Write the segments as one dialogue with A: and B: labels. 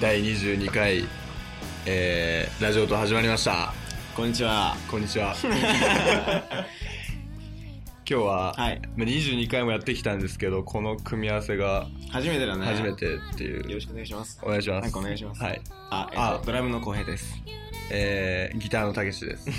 A: 第22回、えー、ラジオと始まりました
B: こんにちは。
A: こんにち は今日は、
B: はい
A: まあ22回もやってきたんですけどこの組み合わせが
B: 初めてだね。
A: 初め。てっていう、
B: よろしくお願いします。
A: お願いします
B: なんかお願いします
A: はい
B: あ、えっ、
A: あ
B: と、ドラムの浩平です。
A: えー、ギターのたけし です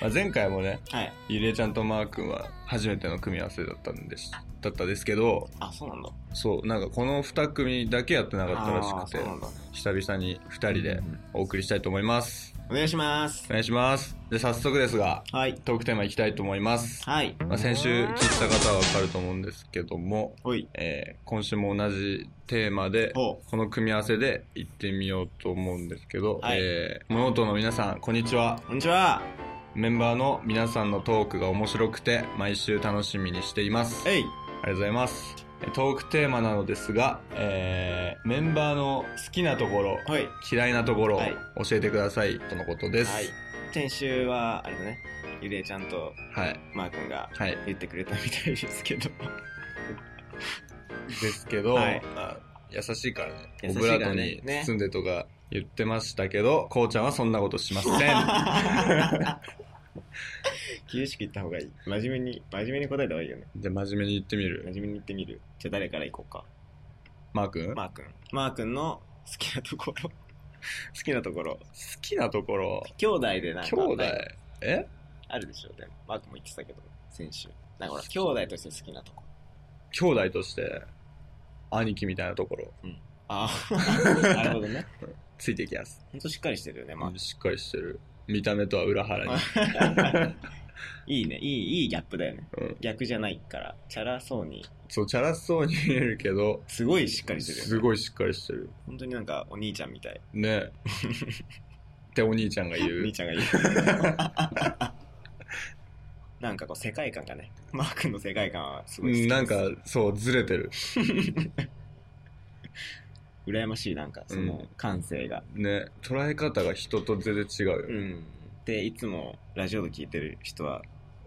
A: まあ前回もね
B: はい。
A: ゆりえちゃんとマー君は初めての組み合わせだったんですだったですけど
B: あ、そうなんだ。
A: そうなんかこの2組だけやってなかったらし
B: あー
A: くて
B: そうなんだ。
A: 久々に2人でお送りしたいと思います
B: お願いします
A: お。願いしますで早速ですが
B: はい。
A: トークテーマいきたいと思います、
B: はい。
A: まあ、先週聞いた方はわかると思うんですけども、
B: おい。
A: えー今週も同じテーマで
B: おう
A: この組み合わせでいってみようと思うんですけど、
B: はい
A: えー、物音の皆さんこんにちは
B: こんにちは。
A: メンバーの皆さんのトークが面白くて毎週楽しみにしています
B: え
A: あ
B: い。
A: りがとうございます。えトークテーマなのですが、えーメンバーの好きなところ、
B: はい。
A: 嫌いなところを
B: はい
A: 教えてください、とのことです。
B: はい。先週は、あれだね。ゆりえちゃんと
A: はい。
B: マー君が
A: はい。
B: 言ってくれたみたいです けど。
A: ですけど、
B: はい
A: まあ優しいからね。
B: 優し
A: オ
B: い
A: ブ
B: からね
A: ラートに
B: ね
A: 包んでとか言ってましたけど、こうちゃんはそんなことしませ ん。
B: 厳しく言った方がいい。真面目に、真面目に答えた方がいいよね。
A: じゃあ真面目に言ってみる。
B: 真面目に言ってみる。じゃあ誰から行こうか。
A: マー君、
B: マー君。マー君の好きなところ。好 きなところ。
A: 好きなところ、
B: 兄弟でなん
A: 兄
B: か。
A: 弟。え
B: あるでしょ、でも。マークも言ってたけど、先週。だから、兄弟として好きなとこ。
A: 兄弟として、兄貴みたいなところ、
B: ああ、 なるほどね。
A: ついてきやす。
B: ほんとしっかりしてるよね、マーク。
A: しっかりしてる。見た目とは裏腹に。
B: いいね、いい、いいギャップだよね。
A: うん
B: 逆じゃないから、チャラそうに、
A: そう、チャラそうに見えるけど、
B: すごいしっかりしてるよ、ね。
A: すごいしっかりしてる。
B: 本当になんか、お兄ちゃんみたい。
A: ね。ってお兄ちゃんが言
B: お兄
A: う。
B: ちゃ んがいい。なんかこう、世界観がね、マークの世界観はす
A: う
B: ごい好き
A: ん
B: です
A: なんか、そう、ずれてる。
B: 羨ましい、なんか、その感性が。
A: ね。捉え方が人と全然違うよ
B: う
A: ね。
B: ん。で、いつも、ラジオで聞いてる人は、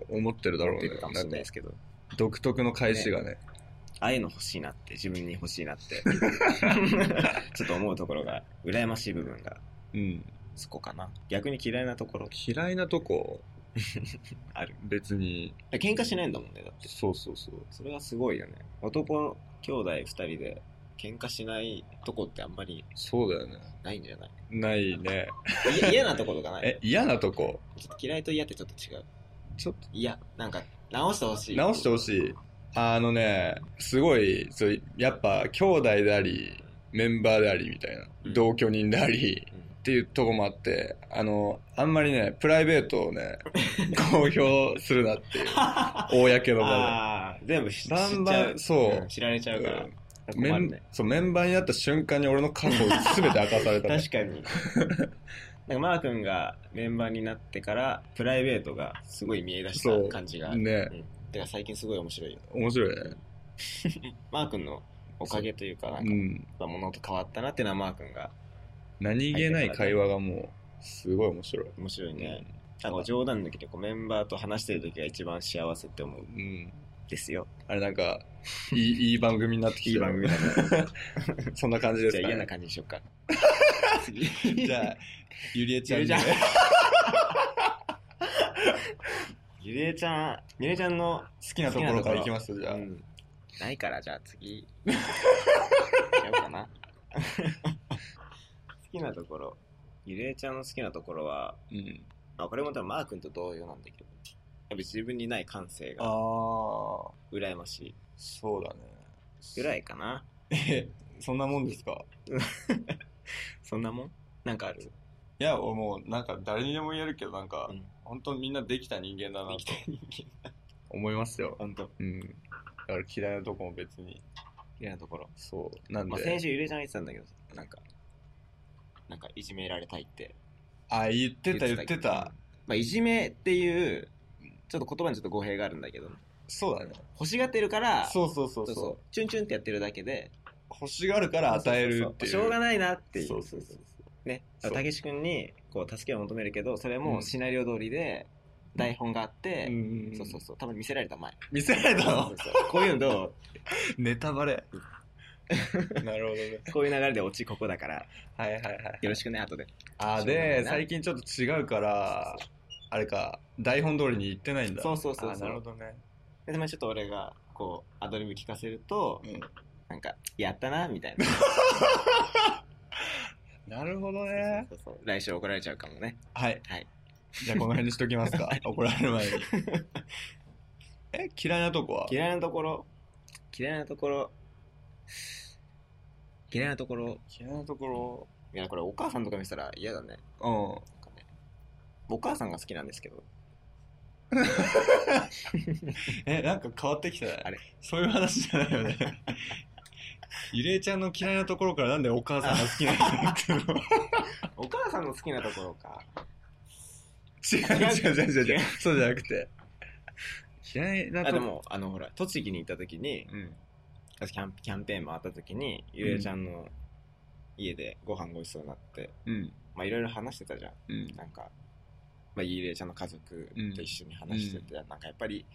A: 思ってるだろ
B: 思
A: うね
B: ってるか。もし
A: な
B: れ
A: ん
B: な
A: か
B: いですけど。
A: 独特の返しがね。
B: ああいうの欲しいなって、自分に欲しいなって、 ちょっと思うところが、羨ましい部分が、
A: うん。
B: そこかな。逆に嫌いなところ
A: 嫌いなとこ、
B: ある。
A: 別に。
B: 喧嘩しないんだもんね、だって。
A: そうそうそう。
B: それはすごいよね。男、兄弟二人で、喧嘩しないとこってあんまり
A: そうだよね。
B: ないんじゃない
A: ないね。
B: い嫌なところがない。
A: え、嫌なとこ、
B: ちょっと嫌いと嫌ってちょっと違う。
A: ちょっ
B: 嫌。なんか、直してほし
A: と
B: い。
A: 直してほしい。あのね、すごい、そうやっぱ、兄弟であり、メンバーでありみたいな。
B: うん
A: 同居人であり、
B: うん
A: っていうとこもあって、あの、あんまりね、プライベートを ね、公表するなっていう。公の場
B: ああ、全部知知っち
A: バ
B: ゃ
A: ン
B: う。
A: バンそう
B: 知られちゃうから
A: うん。で。メ
B: 困る
A: ン、
B: ね。
A: そう、メンバーになった瞬間に俺の過去を全て明かされたね、
B: 確かに なんかマー君がメンバーになってからプライベートがすごい見え出し
A: そう
B: た感じがある
A: ね、
B: だから最近すごい面白いよ
A: 面白いね。
B: マー君のおかげというかなん
A: う
B: か
A: ん。
B: 物と変わったなっていうのはマー君が
A: 何気ない会話がもう、すごい面白い。
B: 面白いね、なんか冗談抜きでこうメンバーと話してる時が一番幸せって思うん
A: うん。
B: ですよ
A: あれなんか、いい、 いい番組になってきて
B: いい番組だね
A: そんな感じです
B: じゃ
A: か、
B: あ嫌な
A: ね。
B: 感じにしよ っか次
A: じゃあ、ゆりえちゃんにね
B: ゆりえゆり えちゃんゆりえちゃんの
A: 好きなところからいきますじゃあ。
B: うんないからじゃあ 次やろうかな 好きなところゆりえちゃんの好きなところは、
A: うん。
B: まあ、これも多分マー君と同様なんだけどやっぱ自分にない感性
A: あ
B: が
A: ー、
B: 羨ましい
A: そうだね。
B: ぐらいかな
A: え、そんなもんですか
B: そんなもんなんかある
A: いや、俺もうなんか誰にでも言えるけど、なんか、
B: うん
A: 本当みんなできた人間だな
B: 生
A: と
B: きてる人
A: 思いますよ
B: 間。 本当好
A: うん。だから嫌いなとこも別に。
B: きなところ、
A: そう。なん
B: まあ、
A: で
B: 先、週ゆりえちゃんが言ってたんだけどなんかなんかいじめられたいって
A: あ、言ってた言って
B: けど
A: た。
B: まあ、いじめっていうちょっと言葉にちょっと語弊があるんだけど
A: そうだね。
B: 欲しがってるから
A: そうそうそう
B: そ
A: そ。
B: うそううチュンチュンってやってるだけで
A: 欲しがるから与えるっていう。
B: そうそうそうしょうがないなっていう
A: そうそうそう
B: ね
A: そう
B: たけし君にこう助けを求めるけどそれ
A: う
B: も
A: ん
B: シナリオ通りで台本があって、
A: んん
B: そうそうそう多分見せられた前
A: 見せられた
B: そ
A: の
B: うそうこういうのど
A: ネタバレ。
B: う
A: なるほどね。
B: こういう流れでオチここだから、
A: はいはいはい。
B: よろしくね、後で。
A: あー
B: しょうがな
A: で
B: いな
A: 最近ちょっと違うからあれか台本通りに行ってないんだ
B: そうそうそうそ
A: あーな
B: う
A: るほどね
B: で、まあちょっと俺が、こう、アドリブ聞かせると、
A: うん
B: なんか、やったな、みたいな。
A: なるほどね
B: そうそうそう来週怒られちゃうかもね。
A: はい、
B: はい
A: じゃあこの辺にしときますか怒られる前にえ嫌いなとこは
B: 嫌いなところ、嫌いなところ、嫌いなところ、
A: 嫌いなところ
B: いや、これお母さんとか見せたら嫌だね。
A: う
B: なんかねお母さんが好きなんですけど。
A: んえなんか変わってきたね
B: あれ
A: そういう話じゃないよ ねゆれいちゃんの嫌いなところからなんでお母さんが好きなんだっていうの
B: お母さんの好きなところか。
A: 違う違う違う違う違 うそうじゃなくて嫌いな
B: あ、
A: と
B: で
A: こ
B: も、あの、ほら、栃木に行った時に、
A: うん
B: キャンキャンペーン回った時に、ゆえちゃんの家でご飯ご一緒になって、
A: うん
B: まあいろいろ話してたじゃん。
A: うん
B: なんか、まあ、ゆえちゃんの家族と一緒に話してて、なんかやっぱり、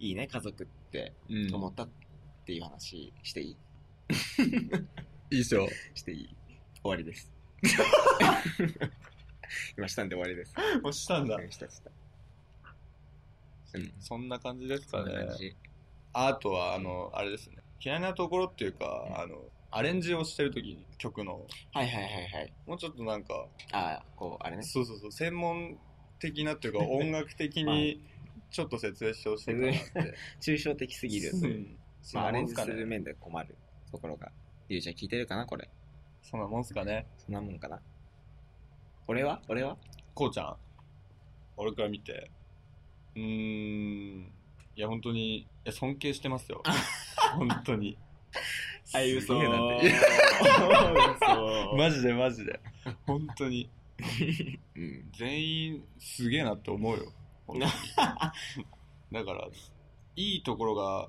B: いいね、家族って
A: うん
B: 思ったっていう話していい、
A: いいっすよ。
B: していい終わり です。今したんで終わりです。
A: 押したんだ。
B: したした。うん。
A: そんな感じです
B: そ
A: か
B: んな
A: ね
B: 感。じ。
A: あとは、あの、あれですね。嫌いなところっていうか、
B: うん
A: あの、アレンジをしてるときに曲の、
B: はいはいはいはい。
A: もうちょっとなんか、
B: ああ、こう、あれね。
A: そうそうそう、専門的な っていうか、音楽的にちょっと説明してほしいかなって。
B: 抽象的すぎる。
A: うん
B: まあ、ア
A: そんなも
B: レン
A: ん
B: ジ
A: すか
B: する
A: ね。
B: 面で困るところが。ゆうちゃん聞いてるかなこれ。
A: そんなもんすかね。
B: そんなもんかな俺は俺は
A: こうちゃん、俺から見て。うーん。いや、本当に、いや尊敬してますよ。本当に。
B: あい
A: すげえなって マジでマジで。本当に。
B: うん。
A: 全員すげえなって思うよ本 当にだからいいところが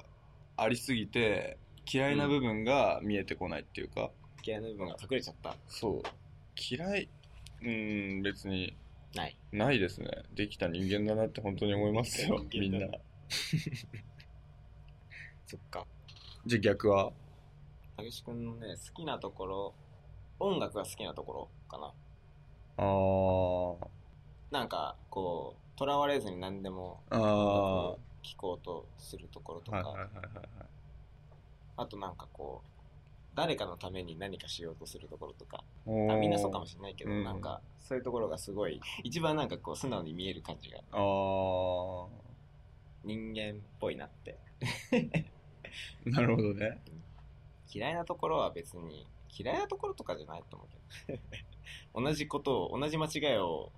A: ありすぎて嫌いな部分が見えてこないっていうか、
B: 嫌いな部分が隠れちゃった。
A: そう嫌いうーん別に
B: ない。
A: ないですねできた人間だなって本当に思いますよ
B: で
A: み
B: きた人
A: ん
B: 間
A: な
B: だなそっか。
A: じゃあ逆は
B: たけし君のね、好きなところ、音楽が好きなところかな。
A: あー
B: なんか、こう、とらわれずに何でも
A: あーは
B: 聞こうとするところ
A: い
B: とか、
A: はいはいはいはい
B: あとなんかこう、誰かのために何かしようとするところとか、
A: お
B: あ
A: ー
B: みんなそうかもしれないけど、
A: うん
B: なんかそういうところがすごい、一番なんかこう素直に見える感じが
A: あー
B: 人間っぽいなって。
A: なるほどね
B: 嫌いなところは別に、嫌いなところとかじゃないと思うけ ど、同じことを、同じ間違いを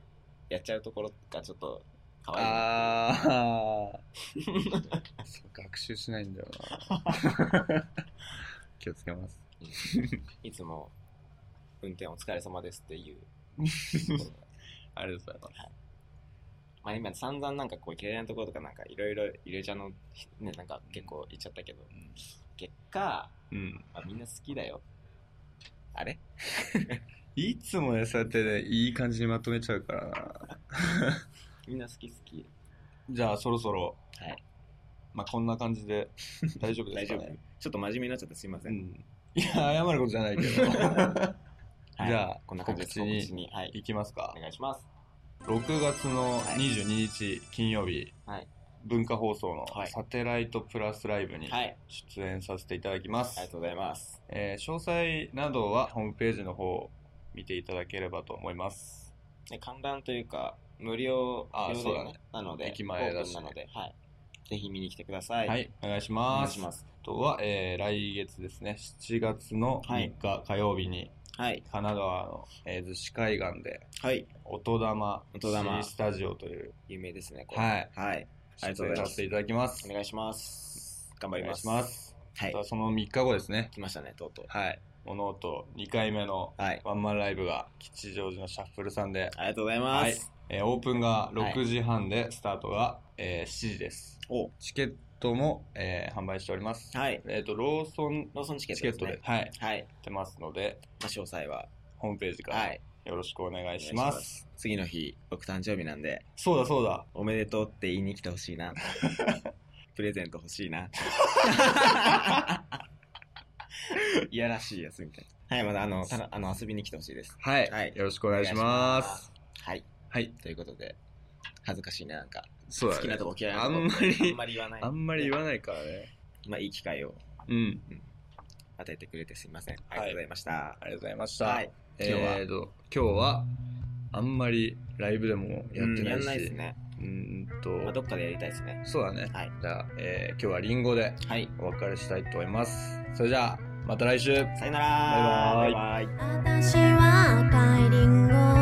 B: やっちゃうところがちょっと可愛いなっ
A: ああそう学習しないんだよ な気をつけます
B: ていういつも運転お疲れ様ですっていう。
A: ありがとうござい
B: まあ今散々なんかこう嫌いなところとかなんかいろいろ入れちゃうの、ね、なんか結構言っちゃったけど、
A: ます
B: 結果、
A: うん
B: まあ、みんな好きだよ。あれ
A: いつもねそうやってねいい感じにまとめちゃうからな
B: みんな好き好き。
A: じゃあそろそろ
B: はい
A: まあこんな感じで大丈夫ですかね
B: ちょっと真面目になっちゃってすいませ。
A: うんんいや謝ることじゃないけど
B: はい
A: じゃあ
B: こんな感じです。
A: 告知に
B: 告知に。はい。
A: いきますか
B: お願いします。
A: 6月の22日金曜日、
B: はい
A: 文化放送の
B: はい
A: サテライトプラスライブに
B: はい。
A: 出演させていただきます、
B: ありがとうございます。
A: えー詳細などはホームページの方を見ていただければと思います。
B: で観覧というか、無料、
A: あ
B: 無料
A: そうだね
B: なので、
A: 駅前だしね
B: オープンなので、はい。ぜひ見に来てください。
A: はい、。お願いし
B: お願
A: ま
B: い
A: す。
B: します。
A: あとは、えー来月ですね、7月の3日火曜日に、
B: はい。
A: 神奈川の、えー逗子海岸で、
B: はい。
A: 音玉
B: 音玉
A: C スタジオという、
B: 有名ですね、これ。
A: はい、
B: はい。ありがと
A: 出
B: うご
A: 演さ
B: ざいま
A: せて
B: す。
A: いただきます。
B: お願いします。頑張
A: お
B: り
A: 願
B: ま
A: い
B: す。
A: します。
B: は
A: ま
B: い
A: た。その3日後ですね、
B: 来ましたね、とうとう。
A: はい、物音2回目の
B: はい。
A: ワンマンライブが吉祥寺のシャッフルさんで、
B: ありがとうございます。
A: えーオープンが6時半で、スタートが、えー7時です。
B: お
A: チケットも、えー販売しております。
B: はい。
A: えっ、と、ローソン
B: ローソンチケッ
A: チケ
B: トで
A: ッ
B: す
A: トで、
B: ね。
A: はい、
B: はい。
A: 出ますので、
B: まあ詳細は、
A: ホームページか
B: は
A: ら
B: い。
A: よろしくお願いします。
B: お願いし次の日、僕誕生日なんで、
A: そうだそうだ。
B: おめでとうって言いに来てほし いな。プレゼント欲しいな。
A: いやらしいやつみたい
B: はい、まだあの、ただあの遊びに来てほしいです。
A: な。はい、
B: はい
A: よろしくお願いします。
B: はい。
A: はい。
B: ということで、恥ずかしいね、なんか。
A: そうだね
B: 好きなとこ嫌いな
A: あ
B: とこ
A: んまり
B: あんまり言わない。
A: あんまり言わないからね。
B: まあ、いい機会を
A: うん。
B: 与えてくれてすいません。ありがとうございました。
A: ありがとうございました。
B: はい。
A: えーと、今日は、あんまりライブでもやってな
B: や
A: い
B: ん
A: し、
B: ないですね。
A: うーんと、
B: まあ、どっかでやりたいですね。
A: そうだね。
B: はい。
A: じゃあ、えー今日はリンゴで
B: はい。
A: お別れしたいと思います。それじゃあ、また来週
B: さよなら
A: バイバイ
B: バイバイ
C: 私は赤いリンゴ